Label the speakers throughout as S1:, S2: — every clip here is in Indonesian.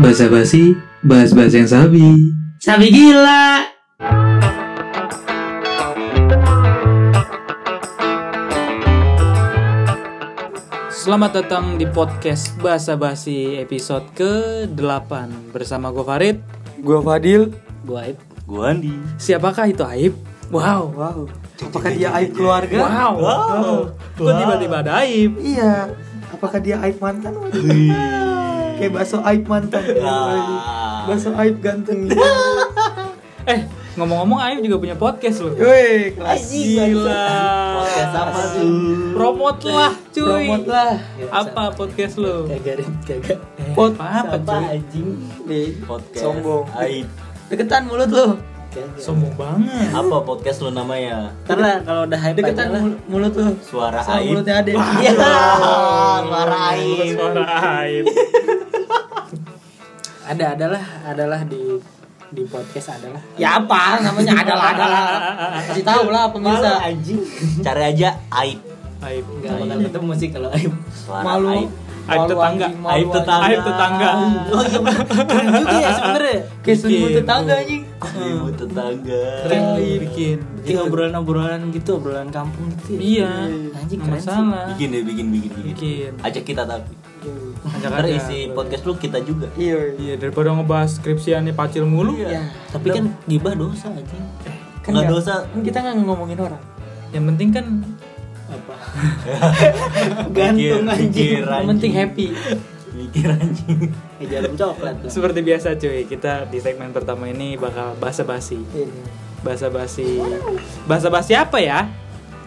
S1: Basa-basi, bahas-bahas yang sabi.
S2: Sabi gila. Selamat datang di podcast Bahasa Basi episode ke-8 bersama gue Farid,
S3: Gua Fadil.
S2: gue Aib.
S4: Gua Andi.
S2: Siapakah itu Aib? Wow.
S3: Wow. Apakah dia aib keluarga?
S2: Wow. Kok tiba-tiba ada Aib?
S3: Iya. Apakah dia aib mantan? Kayak bakso aib mantan. bakso aib ganteng.
S2: Eh, ngomong-ngomong Aib juga punya podcast loh.
S3: Woi, kelas
S2: Gila.
S4: Podcast apa tuh?
S2: Promote lah, cuy.
S3: Promote lah.
S2: Apa podcast lo?
S5: kagak kagak
S3: Eh,
S2: Pot apa,
S5: apa
S2: cuy?
S5: anjing
S3: Nih,
S4: Podcast.
S3: Sombong.
S4: Aib.
S3: deketan mulut lo.
S5: kagak
S2: Sombong banget.
S4: Apa podcast lu namanya?
S5: ntar lah kalau udah hype
S3: Deketan
S5: aja lah.
S3: mul- mulut lo.
S4: Suara
S3: Sama
S4: Aib.
S3: mulutnya ada.
S5: Iya.
S4: Suara Aib.
S2: Suara Aib.
S5: ada adalah adalah di di podcast adalah
S3: Ya apa namanya adalah adalah. Kasih tahu lah
S5: Malu
S3: pemirsa.
S5: anjing
S4: Cari aja Aib.
S2: Aib.
S5: nggak bakal ketemu sih kalau aib
S4: Suara
S3: Malu.
S4: Aib.
S2: Aib tetangga.
S3: anjing, malu
S4: Aib
S3: anjing.
S4: tetangga.
S2: Aib tetangga.
S5: oh iya bener Keren juga ya sebenernya
S3: Kayak seribu
S2: Bikin.
S3: tetangga anjing.
S4: Ibu tetangga.
S2: Keren
S5: Iya.
S2: tuh bikin.
S5: Jadi obrolan-obrolan gitu, obrolan kampung gitu ya.
S2: Iya.
S5: Anjing,
S2: nggak
S5: keren sih.
S2: masalah.
S4: Bikin deh, bikin, bikin, bikin.
S2: Bikin.
S4: Ajak kita tapi.
S2: Ajak
S4: Ntar
S2: aja.
S4: isi podcast lu kita juga.
S3: Iya.
S2: Iya daripada ngebahas skripsiannya pacil mulu.
S3: Iya.
S5: Tapi kan gibah dosa anjing
S3: Kan
S4: Nggak
S3: nggak-
S4: dosa.
S3: kan Kita nggak ngomongin orang.
S2: Yang penting kan
S5: Apa?
S4: Gantung
S3: Anjing. Yang penting happy.
S4: Mikir anjing.
S5: Eh, jarum coklat dong
S2: seperti biasa cuy, kita di segmen pertama ini bakal basa-basi. Basa-basi. Basa-basi apa ya?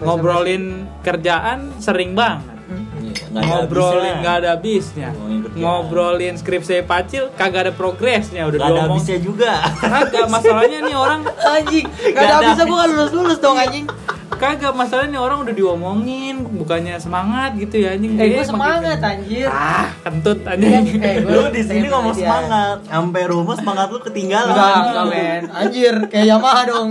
S2: Ngobrolin kerjaan sering banget.
S4: Iya, nggak ada
S2: Ngobrolin
S4: habisnya.
S2: nggak ada habisnya.
S4: Ngomongin kerjaan.
S2: Ngobrolin skripsi pacil kagak ada progresnya udah
S4: Nggak ada
S2: diomong.
S4: habisnya juga.
S2: Kagak masalahnya nih orang
S3: Anjing, nggak ada habisnya gua lulus lulus dong anjing.
S2: kagak masalahnya nih orang udah diomongin bukannya semangat gitu ya
S3: Eh,
S2: anjing. Dia
S3: gua
S2: makin-
S3: semangat anjir.
S2: Ah, kentut
S3: Iya,
S2: anjing.
S3: eh, gua
S4: Lu di sini
S3: saya
S4: ngomong
S3: dia.
S4: semangat, sampai rumah semangat lu ketinggalan.
S3: Enggak, enggak men. Anjir, kayak Yamaha dong.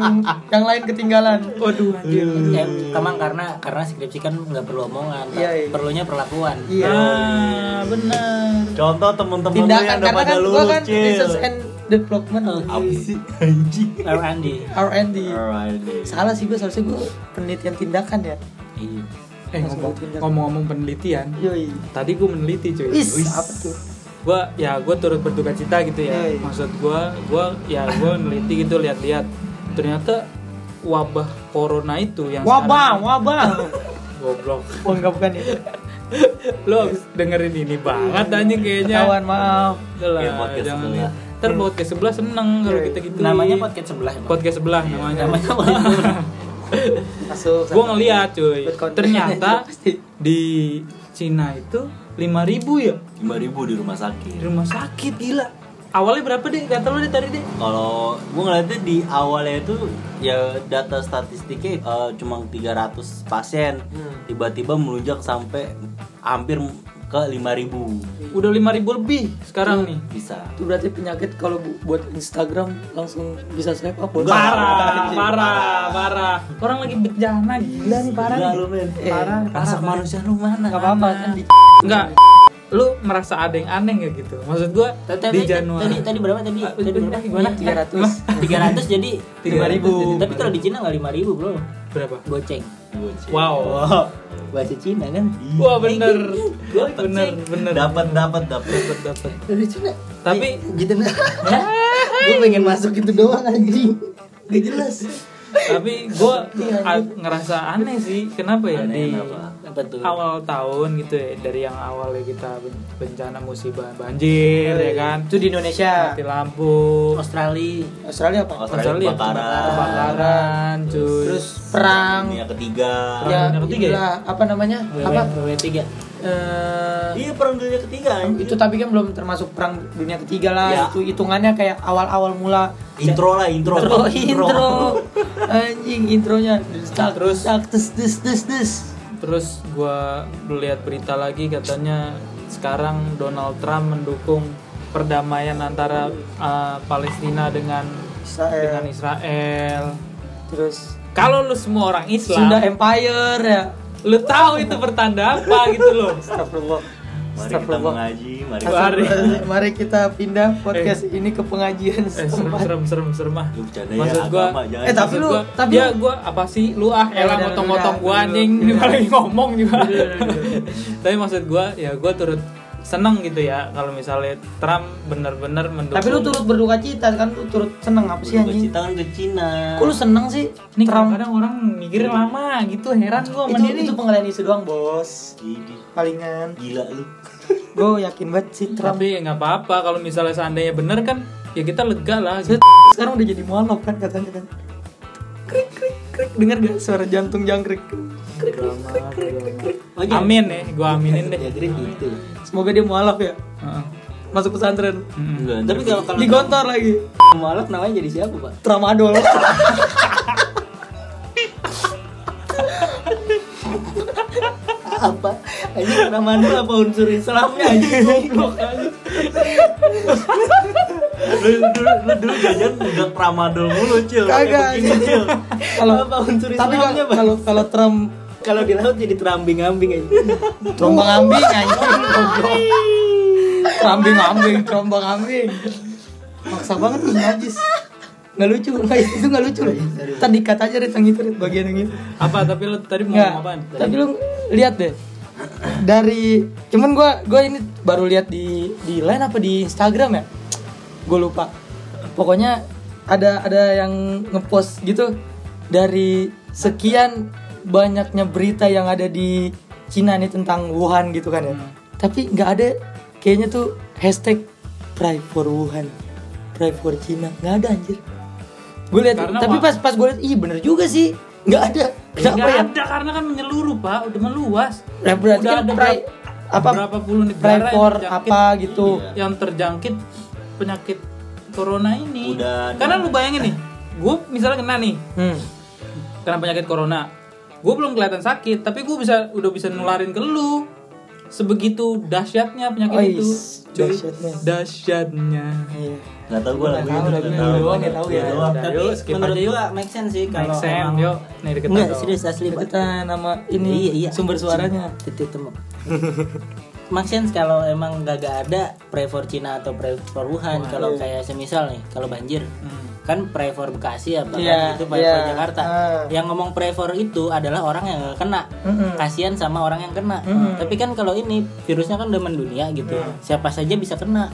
S3: Yang lain ketinggalan.
S2: Waduh anjing.
S5: Ya, emang karena karena skripsi kan nggak perlu omongan,
S3: Iya, iya.
S5: perlunya perlakuan.
S3: Iya.
S2: Ah, benar.
S4: Contoh temen-temen lu
S3: Tindakan
S4: yang udah
S3: karena
S4: pada
S3: kan gua
S4: lulus,
S3: kan
S4: Cil.
S3: research and Iya. development
S4: Apa sih, anjing?
S5: R&D.
S3: R&D.
S4: Alright.
S3: Salah sih gua seharusnya gua penelitian tindakan ya.
S4: Iya.
S2: Eh ngomong- ngomong-ngomong penelitian,
S3: Yoi.
S2: tadi gue meneliti
S3: Iya.
S2: cuy.
S3: Is, apa tuh?
S2: Gue ya gue turut berduka cita gitu ya.
S3: Yoi.
S2: Maksud gue, gue ya gue meneliti gitu lihat-lihat. Ternyata wabah corona itu yang
S3: Wabah,
S2: sekarang-
S3: wabah.
S2: goblok.
S3: Oh, enggak bukan ya.
S2: Lo abis dengerin ini banget anjing kayaknya.
S3: Ketahuan, maaf.
S2: Udah lah,
S4: Ya, podcast
S2: jangan
S4: sebelah.
S2: Ntar podcast sebelah seneng kalau
S3: Yoi.
S2: kita gitu.
S5: Namanya podcast sebelah. Bang.
S2: podcast sebelah namanya.
S5: Namanya podcast sebelah.
S3: Masuk.
S2: gue ngeliat cuy,
S3: Buat konten.
S2: ternyata
S3: Pasti.
S2: di Cina itu 5000 ya
S4: 5.000 di rumah
S2: di
S4: sakit.
S2: rumah sakit gila. Awalnya berapa deh? Kata lu deh tadi deh.
S4: Kalau gua ngeliatnya di awalnya itu ya data statistiknya eh, cuma 300 pasien,
S3: Hmm.
S4: tiba-tiba melunjak sampai hampir ke 5.000
S2: Udah 5000 lebih sekarang nih.
S4: bisa.
S3: Itu berarti penyakit kalau bu- buat Instagram langsung bisa swipe up. buat-
S2: Parah, parah, parah. Orang lagi bencana gila nih parah
S4: Gila
S2: nih.
S4: lu, men.
S3: Eh,
S2: Parah, parah.
S4: Rasa manusia lu mana?
S3: Enggak apa-apa kan di
S2: Enggak. Lu merasa ada yang aneh gak gitu? Maksud gua
S5: Tadi-
S2: di
S5: tadi- Tadi
S2: Januari.
S5: tadi berapa tadi?
S2: Ah,
S5: Tadi berapa?
S2: gimana?
S3: 300.
S5: 300 jadi
S3: 5.000.
S5: Tapi kalau di Cina nggak 5000, Bro.
S2: Berapa?
S5: Goceng.
S4: Goceng.
S2: Wow.
S5: Bahasa Cina kan.
S2: Wah, bener.
S4: Dapet,
S2: Bener,
S4: Cik.
S2: bener.
S4: Dapat, dapat, dapat.
S2: Dapet, dapet.
S5: Dari Cina.
S2: Tapi
S5: Gitu nah. Gue pengen masuk gitu doang anjing. Gak jelas.
S2: tapi gue ngerasa aneh sih kenapa ya di
S4: Aneh kenapa?
S5: Apa tuh?
S2: awal tahun gitu ya dari yang awalnya kita ben- bencana musibah banjir ya kan
S3: Itu di Indonesia. Oh,
S2: mati lampu
S5: Australia.
S3: Australia apa?
S4: Australia
S2: Australia,
S4: kebakaran.
S2: kebakaran cuy
S3: Terus perang.
S4: Dunia ketiga.
S3: ya,
S2: Perang dunia ketiga ya?
S3: itulah, apa namanya? Apa?
S5: WW3.
S3: Eh,
S4: Iya perang dunia ketiga. anjir.
S3: itu tapi kan belum termasuk perang dunia ketiga lah.
S4: Ya.
S3: Itu hitungannya kayak awal-awal mula.
S4: intro lah intro.
S3: Intro, intro. Anjing intronya. Tak,
S2: Terus?
S3: tak, tes, tes, tes, tes.
S2: terus gue lihat berita lagi katanya sekarang Donald Trump mendukung perdamaian antara uh, eh, Palestina dengan dengan
S3: Israel
S2: Israel.
S3: terus
S2: Kalau lu semua orang Islam,
S3: Sunda Empire ya
S2: lu tahu itu pertanda apa gitu loh.
S3: Astagfirullah
S4: Mari kita mengaji, mari kita
S2: Mari.
S3: Astagfirullah. Mari kita pindah podcast ini ke pengajian
S2: Eh, serem,
S3: setempat.
S2: serem, serem, serem ah.
S4: Lu bercanda ya
S2: Maksud gua-
S4: agama jangan.
S3: Eh, tapi
S2: Maksud
S3: lu-
S2: gua,
S3: tapi
S2: ya
S3: lu-
S2: gua apa sih lu ah
S3: Ya
S2: elah
S3: udah,
S2: motong-motong
S3: udah,
S2: gua
S3: udah,
S2: anjing ini
S3: udah.
S2: paling ngomong juga. tapi maksud gua ya gua turut seneng gitu ya kalau misalnya Trump bener-bener mendukung.
S3: Tapi lu turut berduka cita kan lu turut seneng apa sih
S4: Berduka
S3: anjing?
S4: cita kan ke Cina.
S3: Kok lu seneng sih?
S2: Nih
S3: Trump
S2: kadang orang mikir lama gitu heran gua sama
S3: itu
S2: dia nih.
S3: itu pengalian isu doang bos.
S4: Gini,
S3: Palingan
S4: gila lu.
S3: gue yakin banget sih Trump.
S2: Tapi ya nggak apa-apa kalau misalnya seandainya bener kan ya kita lega lah. gitu.
S3: Sekarang udah jadi mualaf kan katanya kan. Krik krik krik dengar gak suara jantung jangkrik?
S2: Amin ya, gua aminin deh.
S5: Jadi gitu.
S3: Semoga dia mualaf ya.
S2: Heeh.
S3: Masuk pesantren.
S4: Enggak,
S5: Tapi kalau kalau
S3: Digontor lagi.
S5: mualaf namanya jadi siapa, Pak?
S3: Tramadol.
S5: Apa? Anjing Ramadhan apa unsur Islamnya anjing goblok.
S4: lu dulu lu dulu jajan udah tramadol mulu, Cil.
S3: Kagak.
S4: Kayak begini, Cil.
S3: Kalau
S5: Apa unsur
S3: tapi kalau-
S5: Islamnya, Bang?
S3: kalau kalau Trump
S5: Kalau di laut jadi terambing-ambing aja.
S3: Terombang ambing anjing goblok. Terombang ambing, terombang ambing. Maksa banget lu najis. Nggak lucu, nggak itu nggak lucu. Tadi kata aja Rit, yang itu Rit, bagian yang itu.
S2: Apa tapi lu tadi mau
S3: Nggak.
S2: ngomong apaan?
S3: Tapi lu lihat deh. Dari cuman gua gua ini baru lihat di di line apa di Instagram ya? Gue lupa. Pokoknya ada ada yang ngepost gitu dari sekian banyaknya berita yang ada di Cina nih tentang Wuhan gitu kan ya.
S2: Hmm.
S3: Tapi nggak ada kayaknya tuh hashtag Pray for Wuhan, Pray for Cina nggak ada anjir. Gue lihat
S2: Karena
S3: tapi
S2: wa-
S3: pas pas gue lihat ih bener juga sih nggak ada.
S2: Ya,
S3: Kenapa
S2: nggak
S3: ya?
S2: ada karena kan menyeluruh pak, udah meluas.
S3: Ya, berarti
S2: udah
S3: kan
S2: ada
S3: pray-
S2: berapa,
S3: apa-
S2: berapa puluh
S3: pray
S2: negara
S3: for
S2: yang Iya. terjangkit,
S3: apa gitu.
S2: yang terjangkit penyakit corona ini.
S4: Udah ada.
S2: karena lu bayangin nih, gue misalnya kena nih,
S3: Hmm.
S2: kena penyakit corona, gue belum kelihatan sakit, tapi gue bisa udah bisa nularin ke lu. Sebegitu dahsyatnya penyakit
S3: Oi,
S2: itu,
S3: Oh,
S2: cuy.
S3: dahsyatnya.
S2: Dahsyatnya.
S3: Iya.
S4: Enggak tahu gua
S3: tahu
S4: lagunya. nggak
S3: lagunya.
S4: tahu.
S3: Lu doang yang tahu ya.
S4: Lu doang.
S2: Udah,
S5: Tapi
S2: yuk, Iya, skip
S5: menurut
S2: aja yuk.
S5: gua make sense sih kalau
S2: Make sense,
S5: emang-
S2: yuk. Nih deket
S5: Enggak,
S2: dong.
S5: serius asli. Pak.
S3: Kita nama ini
S5: Iya, iya.
S3: sumber suaranya.
S5: Titik temu.
S3: Nah,
S5: Make sense kalau emang gak, ada pray for Cina atau pray for Wuhan kalau kayak semisal nih kalau banjir kan pray for Bekasi apa
S3: Iya,
S5: itu pray
S3: iya.
S5: for Jakarta
S3: Ah.
S5: yang ngomong pray for itu adalah orang yang gak kena
S3: Mm-mm.
S5: kasihan sama orang yang kena tapi kan kalau ini virusnya kan udah mendunia gitu siapa saja bisa kena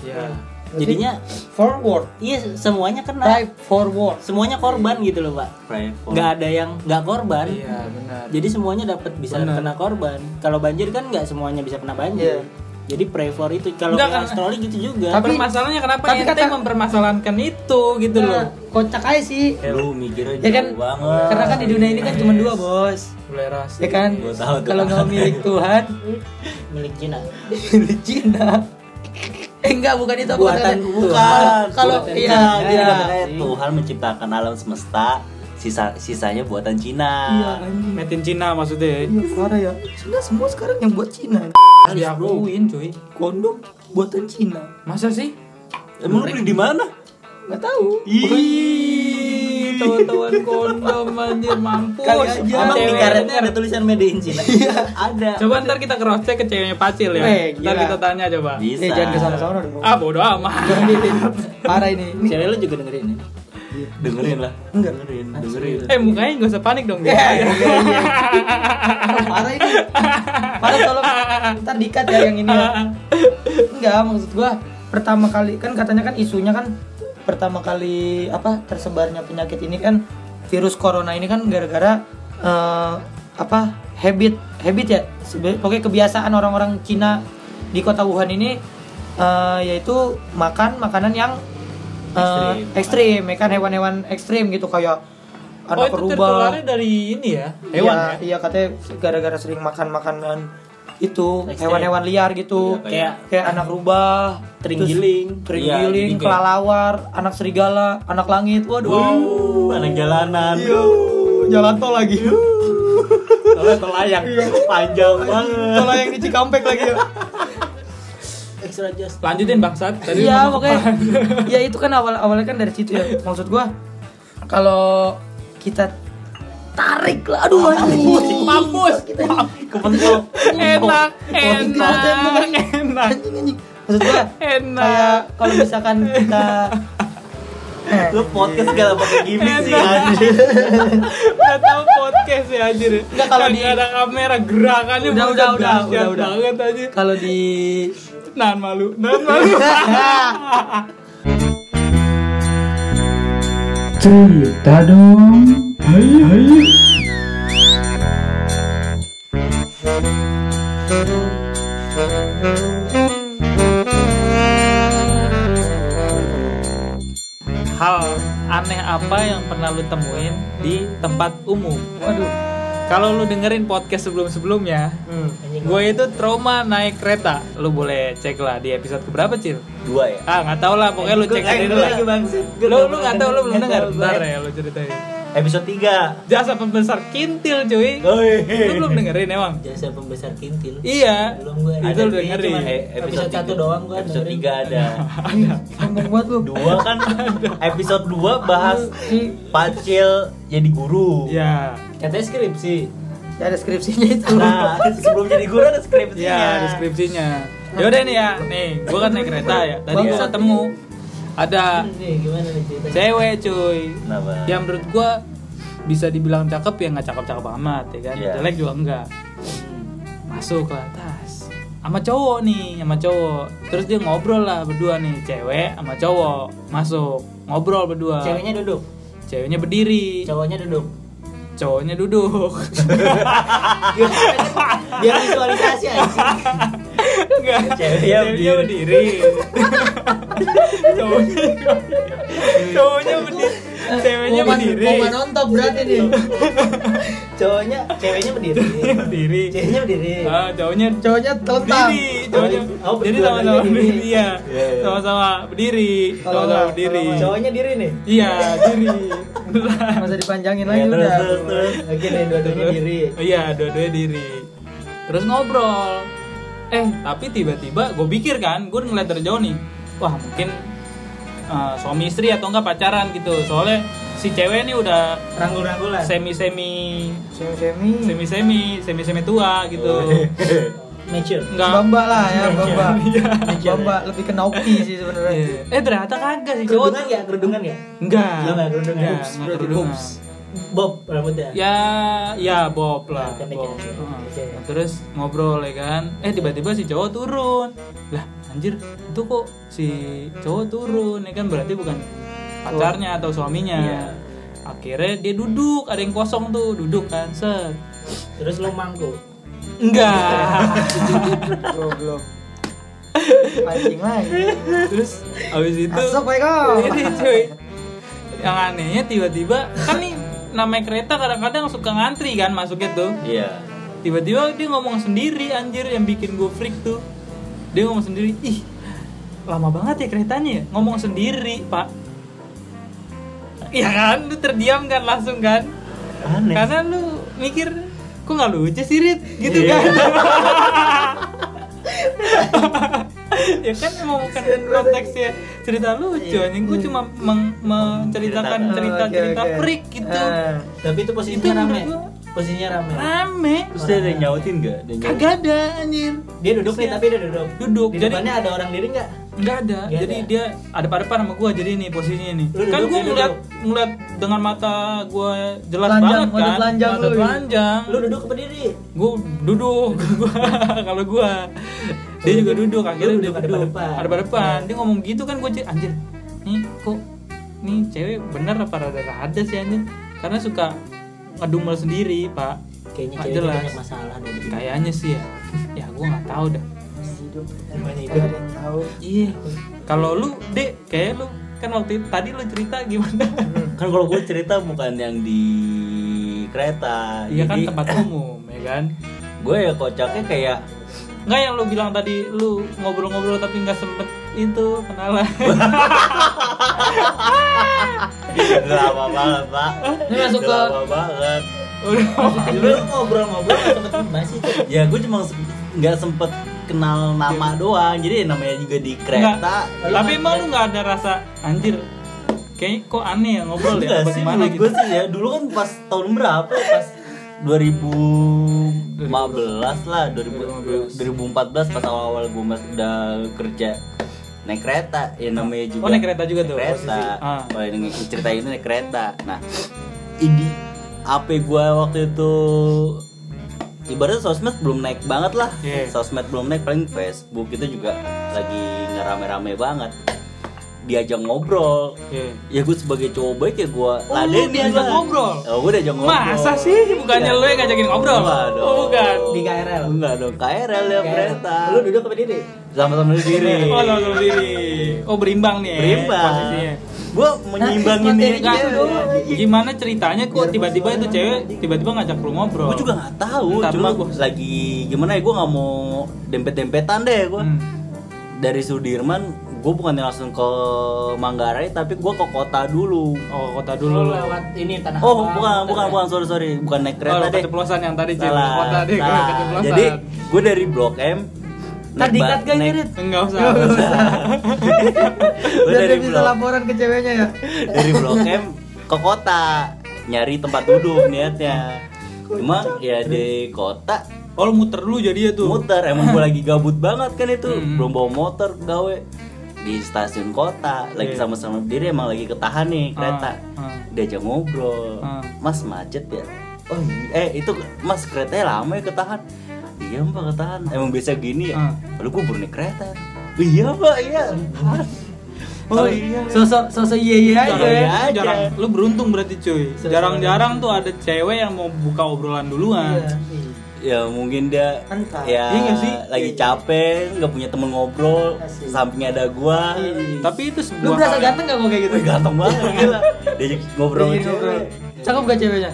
S2: Ya.
S5: jadinya
S3: Forward.
S5: iya semuanya kena
S3: Pray forward.
S5: semuanya korban gitu loh pak
S4: Pray for-
S5: nggak ada yang nggak korban
S2: Iya benar.
S5: jadi semuanya dapat bisa kena korban kalau banjir kan nggak semuanya bisa kena banjir
S3: Iya.
S5: jadi pray for itu
S2: Nggak, kan?
S5: kalau kayak
S2: karena-
S5: Australia gitu juga
S2: Tapi
S3: Tapi-
S2: masalahnya kenapa
S3: tapi
S2: Nah, ente
S3: kata-
S2: mempermasalahkan itu gitu loh?
S3: Nah, kocak aja sih.
S4: lu mikirnya
S3: Ya kan?
S4: jauh banget.
S3: Karena kan di dunia ini kan cuma dua, Bos.
S2: Belerasi.
S3: Ya kan?
S4: Gua tahu tuh.
S3: Kalau nggak milik Tuhan,
S5: milik Cina
S3: milik Cina. Eh, enggak, bukan itu apa
S5: Buatan
S3: katanya?
S5: Tuhan.
S3: Kalau- Kalau
S5: Buatan
S3: iya,
S4: Nah,
S3: iya.
S4: katanya Tuhan menciptakan alam semesta, sisa sisanya buatan Cina.
S3: Iya, anjing.
S2: Made in Cina maksudnya.
S3: Iya, parah ya. Cina semua sekarang yang buat Cina.
S2: Harus diakuin cuy.
S3: Kondom buatan Cina.
S2: Masa sih?
S4: Emang lu beli di mana?
S3: Nggak tahu.
S2: Ih, tawan-tawan kondom anjir mampus.
S3: Kali aja.
S5: Emang di
S2: Cewek.
S5: karetnya ada tulisan Made in Cina? ada.
S2: Coba ntar kita cross check ke ceweknya Pacil ya.
S3: Eh,
S2: ntar
S3: gila.
S2: kita tanya coba.
S4: Bisa.
S3: Eh, jangan kesana-sana dong.
S2: Ah bodo amat.
S3: Ini- ini. Parah ini. Ini
S5: Cewek lu juga dengerin ini.
S4: Dengerin lah.
S3: Enggak.
S4: Dengerin, dengerin.
S2: eh mukanya nggak usah panik dong.
S3: Eh, Iya,
S2: dia.
S3: Oh, parah ini. Parah tolong ntar dikat ya yang ini. ya. Enggak, maksud gua pertama kali kan katanya kan isunya kan pertama kali apa tersebarnya penyakit ini kan virus corona ini kan gara-gara eh, apa habit habit ya Sebe- pokoknya kebiasaan orang-orang Cina di kota Wuhan ini eh, yaitu makan makanan yang eh, ekstrim, ya kan hewan-hewan ekstrim gitu kayak
S2: Oh
S3: anak
S2: itu
S3: rubah
S2: tertularnya dari ini ya hewan
S3: iya,
S2: ya.
S3: Iya katanya gara-gara sering makan makanan itu
S5: Ekstrim.
S3: hewan-hewan liar gitu.
S5: Iya, kayak-
S3: kayak anak rubah,
S5: Terenggiling.
S3: terus terenggiling,
S4: Iya, jadi kayak-
S3: kelalawar, anak serigala, anak langit. Waduh.
S4: Wow, anak jalanan.
S3: Iya. Yuh, jalan tol lagi. Iya.
S4: Soalnya telayang panjang banget.
S3: tol yang di Cikampek lagi ya.
S5: terserah just
S2: Lanjutin bangsat. Tadi
S3: Iya
S2: ngomong
S3: makanya
S2: apaan?
S3: Ya itu kan awal awalnya kan dari situ ya Maksud gua Kalau kita tarik lah Aduh aduh.
S2: Mampus.
S3: Kita-
S4: Kepentok.
S3: Kepentok.
S2: Enak, enak, enak.
S3: Anjing, anjing. Maksud gua
S2: Enak.
S3: Kayak kalau misalkan kita Eh,
S4: Lu podcast segala pakai gimmick sih
S2: Enak.
S4: anjir.
S2: Gak tau podcast ya anjir
S3: Nggak, kalau di-
S2: Nggak ada kamera gerakannya
S3: Udah,
S2: buset,
S3: udah, udah,
S2: dahsyat
S3: udah, udah.
S2: banget anjir
S3: Kalau di
S2: Nahan malu Nahan malu
S4: Nah,
S1: Cerita dong. Hai hai.
S2: Hal aneh apa yang pernah lu temuin di tempat umum?
S3: Waduh
S2: Kalau lu dengerin podcast sebelum-sebelumnya
S3: hmm.
S2: Gue itu trauma naik kereta Lu boleh cek lah di episode keberapa Cil?
S4: Dua ya.
S2: Ah nggak tau lah pokoknya lu cek aja dulu lah
S3: bangsit
S2: Lu, lu gak tau, lu belum denger Bentar ya lu ceritain
S4: Episode 3.
S2: Jasa pembesar kintil cuy
S3: Oh,
S2: Lu belum dengerin emang?
S5: jasa pembesar kintil
S2: Iya.
S5: belum gue
S2: Itu udah
S5: Kayaknya
S2: ngeri.
S5: cuman
S4: Eh,
S5: episode satu
S4: tiga.
S5: doang gue
S4: Episode 3 ada.
S3: Sombong banget lu
S4: Dua kan episode 2 bahas
S3: Di-
S4: Pacil jadi guru.
S3: Iya.
S2: Ya.
S5: katanya skripsi
S3: ada skripsinya itu
S4: Nah, sebelum jadi guru ada skripsinya.
S2: Ya, deskripsinya. Yaudah nih ya, nih, gua kan naik kereta ya. Tadi
S3: Bangsat
S2: gua ketemu ada
S5: nih Iya. Hmm, gimana nih ceritanya
S2: cewek cuy.
S4: Kenapa?
S2: Ya
S3: Iya.
S2: menurut gua bisa dibilang cakep ya nggak cakep-cakep amat ya kan.
S4: Iya.
S2: Jelek juga enggak. Masuk ke atas sama cowok nih, sama cowok. Terus dia ngobrol lah berdua nih, cewek sama cowok. Masuk, ngobrol berdua.
S5: ceweknya duduk
S2: Ceweknya berdiri,
S5: cowoknya duduk
S2: cowoknya duduk.
S5: biar visualisasi aja
S2: Enggak.
S4: Ceweknya
S2: Ceweknya berdiri. Cowoknya cowoknya berdiri. Ceweknya
S3: Momen-
S2: berdiri.
S3: momen on top berarti nih
S5: cowoknya ceweknya berdiri
S2: Berdiri.
S5: ceweknya berdiri
S2: Ah, cowoknya
S3: cowoknya telentang
S2: berdiri. Cowoknya.
S5: Oh, berdua
S2: Jadi sama-sama
S5: berdiri.
S2: berdiri. Iya.
S4: Iya, iya.
S2: Sama-sama berdiri.
S3: Kalau
S2: Sama-sama
S3: nggak,
S2: berdiri.
S3: kalau nggak.
S5: cowoknya diri nih
S2: Iya, diri. Beneran.
S3: masa dipanjangin
S4: Ya,
S3: lagi
S4: terus,
S3: udah
S4: terus, terus.
S5: oke nih dua-duanya
S2: Terus-
S5: diri
S2: Iya, dua-duanya diri. Terus ngobrol. Eh, tapi tiba-tiba gue pikir kan, gue ngeliat dari jauh nih. Wah, mungkin eh, suami istri atau enggak pacaran gitu. Soalnya si cewek ini udah
S5: rangkul-rangkulan
S2: semi-semi
S3: semi semi
S2: semi-semi semi-semi tua gitu.
S5: mature
S2: Enggak.
S3: bamba lah ya bamba
S2: Iya.
S3: bamba lebih ke Naoki sih
S4: Iya.
S3: sebenarnya
S2: Eh, ternyata kagak sih cowok
S5: kerudungan
S2: tuh.
S5: ya kerudungan ya
S2: Enggak.
S5: Lo nggak kerudungan?
S2: Enggak,
S5: Boobs,
S2: nggak
S5: berarti
S2: kerudungan.
S5: boobs. bob rambutnya
S2: ya ya Bob lah
S5: Pendek
S2: Bob.
S5: aja.
S2: Nah,
S5: Oke.
S2: terus ngobrol ya kan eh tiba-tiba si cowok turun lah anjir itu kok si cowok turun ya kan berarti bukan pacarnya atau suaminya
S4: Iya.
S2: akhirnya dia duduk ada yang kosong tuh duduk kan set
S5: terus lo mangku
S2: enggak
S3: goblok pancing lagi
S2: terus habis itu
S3: asap ya kau
S2: Ini cuy. Yang anehnya tiba-tiba kan nih namanya kereta kadang-kadang suka ngantri kan masuknya tuh.
S4: Iya.
S2: Tiba-tiba dia ngomong sendiri anjir yang bikin gue freak tuh. Dia ngomong sendiri, ih lama banget ya keretanya ya. Ngomong sendiri pak. Ya kan, lu terdiam kan langsung kan.
S4: Aneh.
S2: Karena lu mikir, kok nggak lucu sih Rit? Gitu kan. ya kan emang bukan konteksnya cerita lucu anjing gue cuma meng- menceritakan
S4: Ceritakan.
S2: cerita-cerita
S3: Oke, oke.
S2: freak gitu
S3: Eh,
S5: tapi
S2: Itu
S5: itu posisinya rame
S2: menurut
S5: posisinya rame
S2: rame
S4: Terus dia ada yang nyautin enggak?
S2: kagak ada anjir
S5: dia duduk nih tapi dia duduk
S2: Duduk,
S5: di
S2: jadi-
S5: depannya ada orang diri nggak
S2: nggak ada
S5: Nggak
S2: jadi
S5: ada.
S2: dia ada pada depan sama gue jadi ini posisinya nih
S5: Lu
S2: kan
S5: duduk,
S2: gue
S5: lu
S2: ngeliat
S5: duduk.
S2: ngeliat dengan mata gue jelas
S3: Telanjang,
S2: banget
S3: mata
S2: kan
S3: telanjang
S2: mata
S3: lu.
S2: telanjang
S5: lu duduk apa diri
S2: gue duduk kalau gue dia juga duduk akhirnya
S5: Lu
S2: duduk
S5: duduk
S2: duduk
S5: depan-depan.
S2: ada depan dia ngomong gitu kan gue anjir nih kok nih cewek bener apa rada rada sih anjir karena suka ngedumel sendiri pak Nggak
S5: kayaknya ceweknya
S2: jelas.
S5: banyak masalah deh di hidup.
S2: kayaknya sih ya ya gue nggak tahu dah
S3: hidup
S5: gimana
S3: nggak
S5: hidup
S3: ada yang tahu
S2: iya kalau lu dek kayak lu kan waktu itu, tadi lu cerita gimana
S4: Kan kalau gue cerita bukan yang di kereta.
S2: iya kan
S4: Jadi
S2: tempat umum ya kan
S4: gue ya kocaknya kayak
S2: nggak yang lu bilang tadi lu ngobrol-ngobrol tapi nggak sempet itu kenalan
S4: Udah lama banget pak
S3: Ini masuk
S4: Udah
S3: ke-
S4: lama banget
S2: Udah.
S5: lu ngobrol-ngobrol sama temen masih tuh
S4: ya gue cuma se- nggak sempet kenal nama doang jadi namanya juga di kereta
S2: Iya. Nggak, tapi emang lu nggak ada rasa anjir kayaknya kok aneh ya ngobrol ya
S4: Enggak
S2: apa
S4: sih,
S2: gimana
S4: menurut
S2: gitu
S4: gue sih ya dulu kan pas tahun berapa ya, pas 2015 lah 2000, 2014 pas awal-awal gue udah kerja naik kereta ya namanya juga
S2: Oh, naik kereta juga tuh,
S4: kereta
S2: posisi. Ah.
S4: kalau ini cerita ini naik kereta nah ini HP gue waktu itu ibaratnya sosmed belum naik banget lah
S2: Iya.
S4: sosmed belum naik paling Facebook itu juga lagi ngerame-rame banget diajak ngobrol
S2: Iya.
S4: ya gue sebagai cowok baik ya gue
S2: Oh, lu diajak ngobrol?
S4: oh gue diajak ngobrol
S2: Masa sih? Bukannya
S4: Iya.
S2: lu yang ngajakin ngobrol?
S4: Enggak dong.
S2: Oh, bukan.
S3: Di KRL.
S4: enggak dong KRL ya kereta
S3: Lu duduk apa diri?
S4: sama-sama sendiri
S2: Oh, lo lo diri. Oh, berimbang nih. ya,
S4: berimbang
S2: posisinya.
S4: gue menyeimbangin
S3: materi
S4: diri
S2: Enggak,
S3: Iya, doang.
S2: gimana ceritanya kok tiba-tiba itu cewek tiba-tiba ngajak lu ngobrol?
S4: gue juga nggak tahu
S2: Ntar
S4: cuma
S2: dulu.
S4: lagi gimana ya gue nggak mau dempet-dempetan deh gue
S2: Hmm.
S4: dari Sudirman gue bukan langsung ke Manggarai tapi gue ke kota dulu
S2: Oh, kota
S5: Lu
S2: dulu.
S5: lewat ini tanah
S4: oh
S5: Abang,
S4: bukan bukan
S5: tanah-
S4: bukan sorry sorry bukan naik
S2: Kereta
S4: kereta
S2: oh,
S4: deh
S2: keceplosan yang tadi cewek
S4: Salah,
S2: kota deh,
S4: salah.
S2: keceplosan.
S4: Jadi gue dari Blok M
S3: Nah, dikat gak ini, Rit?
S2: enggak usah. Enggak usah.
S4: Gue
S3: Biar
S4: dari
S3: dia bisa
S4: Blok
S3: laporan ke ceweknya ya.
S4: dari Blok M ke kota nyari tempat duduk niatnya. Cuma ya di kota
S2: Oh, lu muter dulu jadi ya tuh.
S4: muter emang gue lagi gabut banget kan itu
S2: Hmm.
S4: belum bawa motor gawe di stasiun kota lagi
S2: Iya.
S4: sama-sama berdiri emang lagi ketahan nih
S2: Ah,
S4: kereta
S2: ah.
S4: diajak ngobrol
S2: Ah.
S4: mas macet ya oh iya. eh itu mas keretanya lama ya ketahan iya mbak ketahan emang biasa gini ya
S2: Ah.
S4: lalu gue burung naik kereta iya mbak iya oh iya
S3: Sosok sosok iya iya aja.
S2: Jarang,
S4: Iya aja.
S2: jarang. Lu beruntung berarti cuy. Jarang-jarang tuh ada cewek yang mau buka obrolan duluan.
S3: Iya.
S4: ya mungkin dia
S3: Entah.
S4: ya
S2: Iya nggak sih? Iya
S4: lagi capek nggak punya temen ngobrol
S3: Asik.
S4: sampingnya ada gua
S2: Tapi itu
S3: Lu
S2: sebuah
S3: berasa
S2: hal yang-
S3: ganteng gak kok kayak gitu?
S4: Wih, ganteng banget gila diajak Iya. ngobrol
S3: Iya,
S4: aja
S3: ngobrol. Cakep gak ceweknya?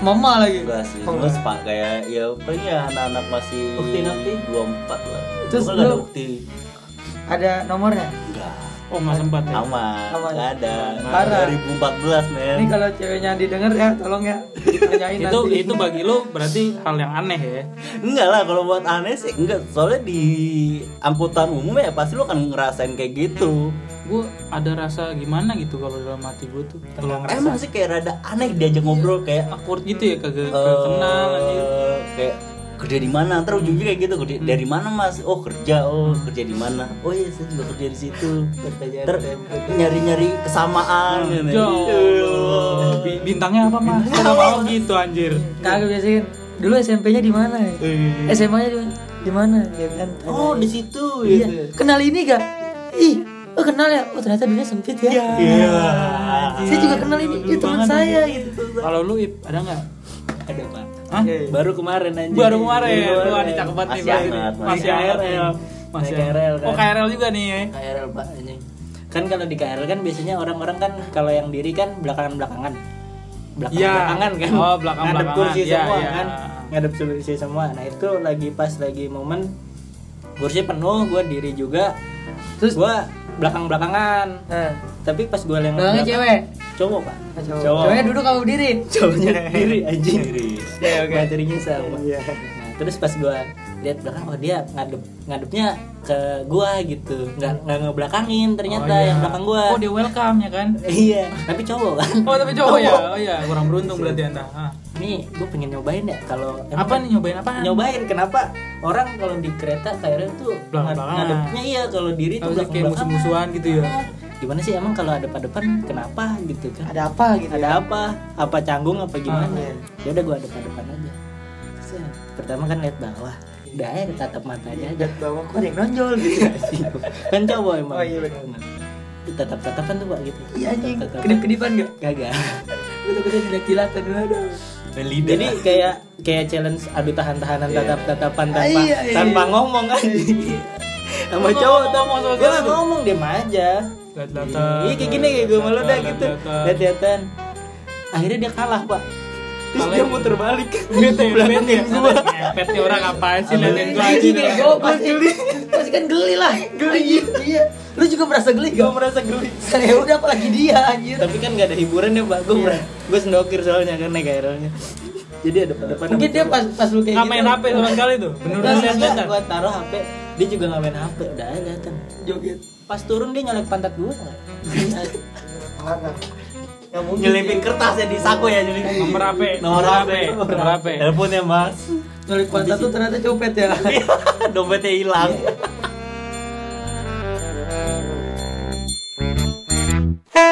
S3: Mama lagi.
S4: enggak sih
S3: Oh,
S4: cuma sepak kayak ya paling ya anak-anak masih
S5: Ukti-nakti?
S4: dua empat lah
S3: Terus
S4: Cuma nggak ada
S3: lu-
S4: ukti
S3: Ada nomornya?
S4: enggak
S2: Oh, enggak sempat ya.
S4: aman
S3: Aman.
S4: nggak ada
S3: Parah.
S4: 2014 men
S3: Ini kalau ceweknya didengar ya tolong ya ditanyain
S2: itu
S3: nanti.
S2: itu bagi lu berarti hal yang aneh ya
S4: enggak lah kalau buat aneh sih enggak soalnya di angkutan umum ya pasti lu akan ngerasain kayak gitu
S2: gue ada rasa gimana gitu kalau dalam hati gue tuh kalau
S4: emang sih kayak rada aneh diajak ngobrol kayak
S2: awkward gitu ya kagak kagak
S4: Eh,
S2: kenal anjir
S4: kayak kerja di mana ntar ujungnya kayak gitu kerja dari
S2: Hmm.
S4: mana mas oh kerja oh kerja di mana oh iya saya juga kerja di situ ntar nyari nyari kesamaan gitu.
S2: Ya Allah. Bi- bintangnya apa mas Kalau mau gitu anjir
S3: kagak biasain. Dulu SMP-nya di mana ya?
S4: Iya.
S3: SMA-nya di, di mana? Ya kan.
S4: oh di situ
S3: iya.
S4: gitu.
S3: Kenal ini gak? Ih, oh kenal ya. Oh ternyata dunia sempit ya.
S4: iya
S3: Saya juga kenal ini, itu teman saya gitu.
S2: kalau lu Ip, ada nggak
S5: Ada pak.
S2: Hah?
S5: Baru kemarin anjing.
S2: baru kemarin lu ada cakep banget nih
S4: Masih
S2: berarti
S4: hangat,
S2: nih.
S4: masih
S2: iya, masih KRL
S5: hangat.
S2: masih
S5: Naik
S2: KRL
S5: KRL
S2: oh
S5: kan.
S2: KRL juga nih ya
S5: KRL pak anjing. Kan kalau di KRL kan biasanya orang-orang kan kalau yang diri kan belakangan-belakangan. Belakangan-belakangan
S2: Iya.
S5: kan.
S2: Oh, belakang-belakangan.
S5: Ngadep kursi
S2: Iya,
S5: semua
S2: iya.
S5: kan. Ngadep kursi semua. Nah, itu lagi pas lagi momen kursi penuh, gua diri juga.
S3: Terus-
S5: Terus gua belakang-belakangan.
S3: Nah,
S5: Tapi pas gua yang
S3: belakangnya
S5: belakang-
S3: cewek.
S5: Nah, Cowok, Pak.
S3: Cowok. Ceweknya duduk kamu berdiri.
S5: cowoknya
S2: Iya.
S5: diri anjing Iya, materinya sama nah, terus pas gua lihat belakang oh dia ngadep ngadepnya ke gua gitu nggak nggak ngebelakangin ternyata yang belakang gua
S2: oh dia welcome ya kan
S5: iya tapi cowok kan
S2: oh tapi cowok ya oh iya kurang beruntung berarti anda Ah. Hah.
S5: nih gua pengen nyobain ya kalau emang
S2: apa nih nyobain apa
S5: nyobain kenapa orang kalau di kereta kayaknya tuh
S2: Belakang-belakangan.
S5: ngad- ngadepnya iya kalau diri tuh
S2: Harusnya kayak
S5: belakang-belakangan.
S2: musuh-musuhan gitu ya.
S5: gimana sih emang kalau ada pada depan kenapa gitu kan
S3: Ada apa gitu
S5: ada apa apa canggung apa gimana
S3: Ah, iya.
S5: ya udah gue depan depan aja Set. pertama kan lihat bawah udah air tatap matanya aja
S3: Bawa kok ada yang nonjol gitu.
S5: kan cowok emang
S3: Oh, iya, benar.
S5: tatap tatapan tuh pak gitu
S3: Iya anjing.
S5: Tatap-tatapan.
S3: Kedip-kedipan gak?
S5: kagak
S3: Betul-betul jilat-jilatan aduh.
S4: dan lidah
S5: jadi kayak kayak challenge adu tahan tahanan tatap tatapan tanpa
S3: Iya, iya.
S5: tanpa ngomong kan sama
S2: Ngomong,
S5: cowok tuh
S2: ngomong, ngomong,
S5: gue nggak
S2: ngomong.
S5: ngomong diem aja
S2: Lihat-lihatan.
S5: iya kayak gini kayak gue malu dah gitu
S2: Lihat-lihatan.
S5: lihat lihatan akhirnya dia kalah pak terus
S2: Kalah.
S5: dia muter balik
S2: bete bete
S5: belakangin
S2: gua
S5: gua
S2: ngepet nih orang apaan sih
S3: Iya,
S2: liatin gua aja
S3: Anjing kayak gue pasti pasti kan geli lah. Geli. Iya. Lu juga merasa geli
S5: gue
S3: gak?
S5: merasa geli
S3: Ya udah apalagi dia anjir.
S5: tapi kan gak ada hiburan ya pak gue gue sendokir soalnya kan naik airnya jadi ada depan
S3: Mungkin dia pas pas lu kayak gitu.
S2: nggak main HP sama sekali tuh beneran
S5: Beneran
S2: lihat
S5: lihat gue taruh HP
S3: dia juga nggak main hp udah aja datang
S1: joget
S3: pas turun dia nyolek pantat gua nggak?
S1: mana nggak mungkin
S4: nyelipin kertas ya di saku ya nyelipin
S2: Nomor HP,
S4: nomor
S2: nomor
S4: HP
S2: HP, nomor HP.
S4: teleponnya ya, mas
S1: nyolek pantat tuh ternyata copet ya
S4: dompetnya hilang
S2: Iya.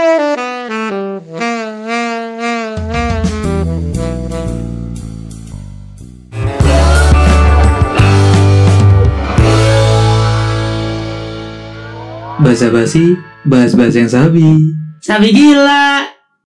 S6: Basa basi, bahas bahas yang sabi.
S1: sabi gila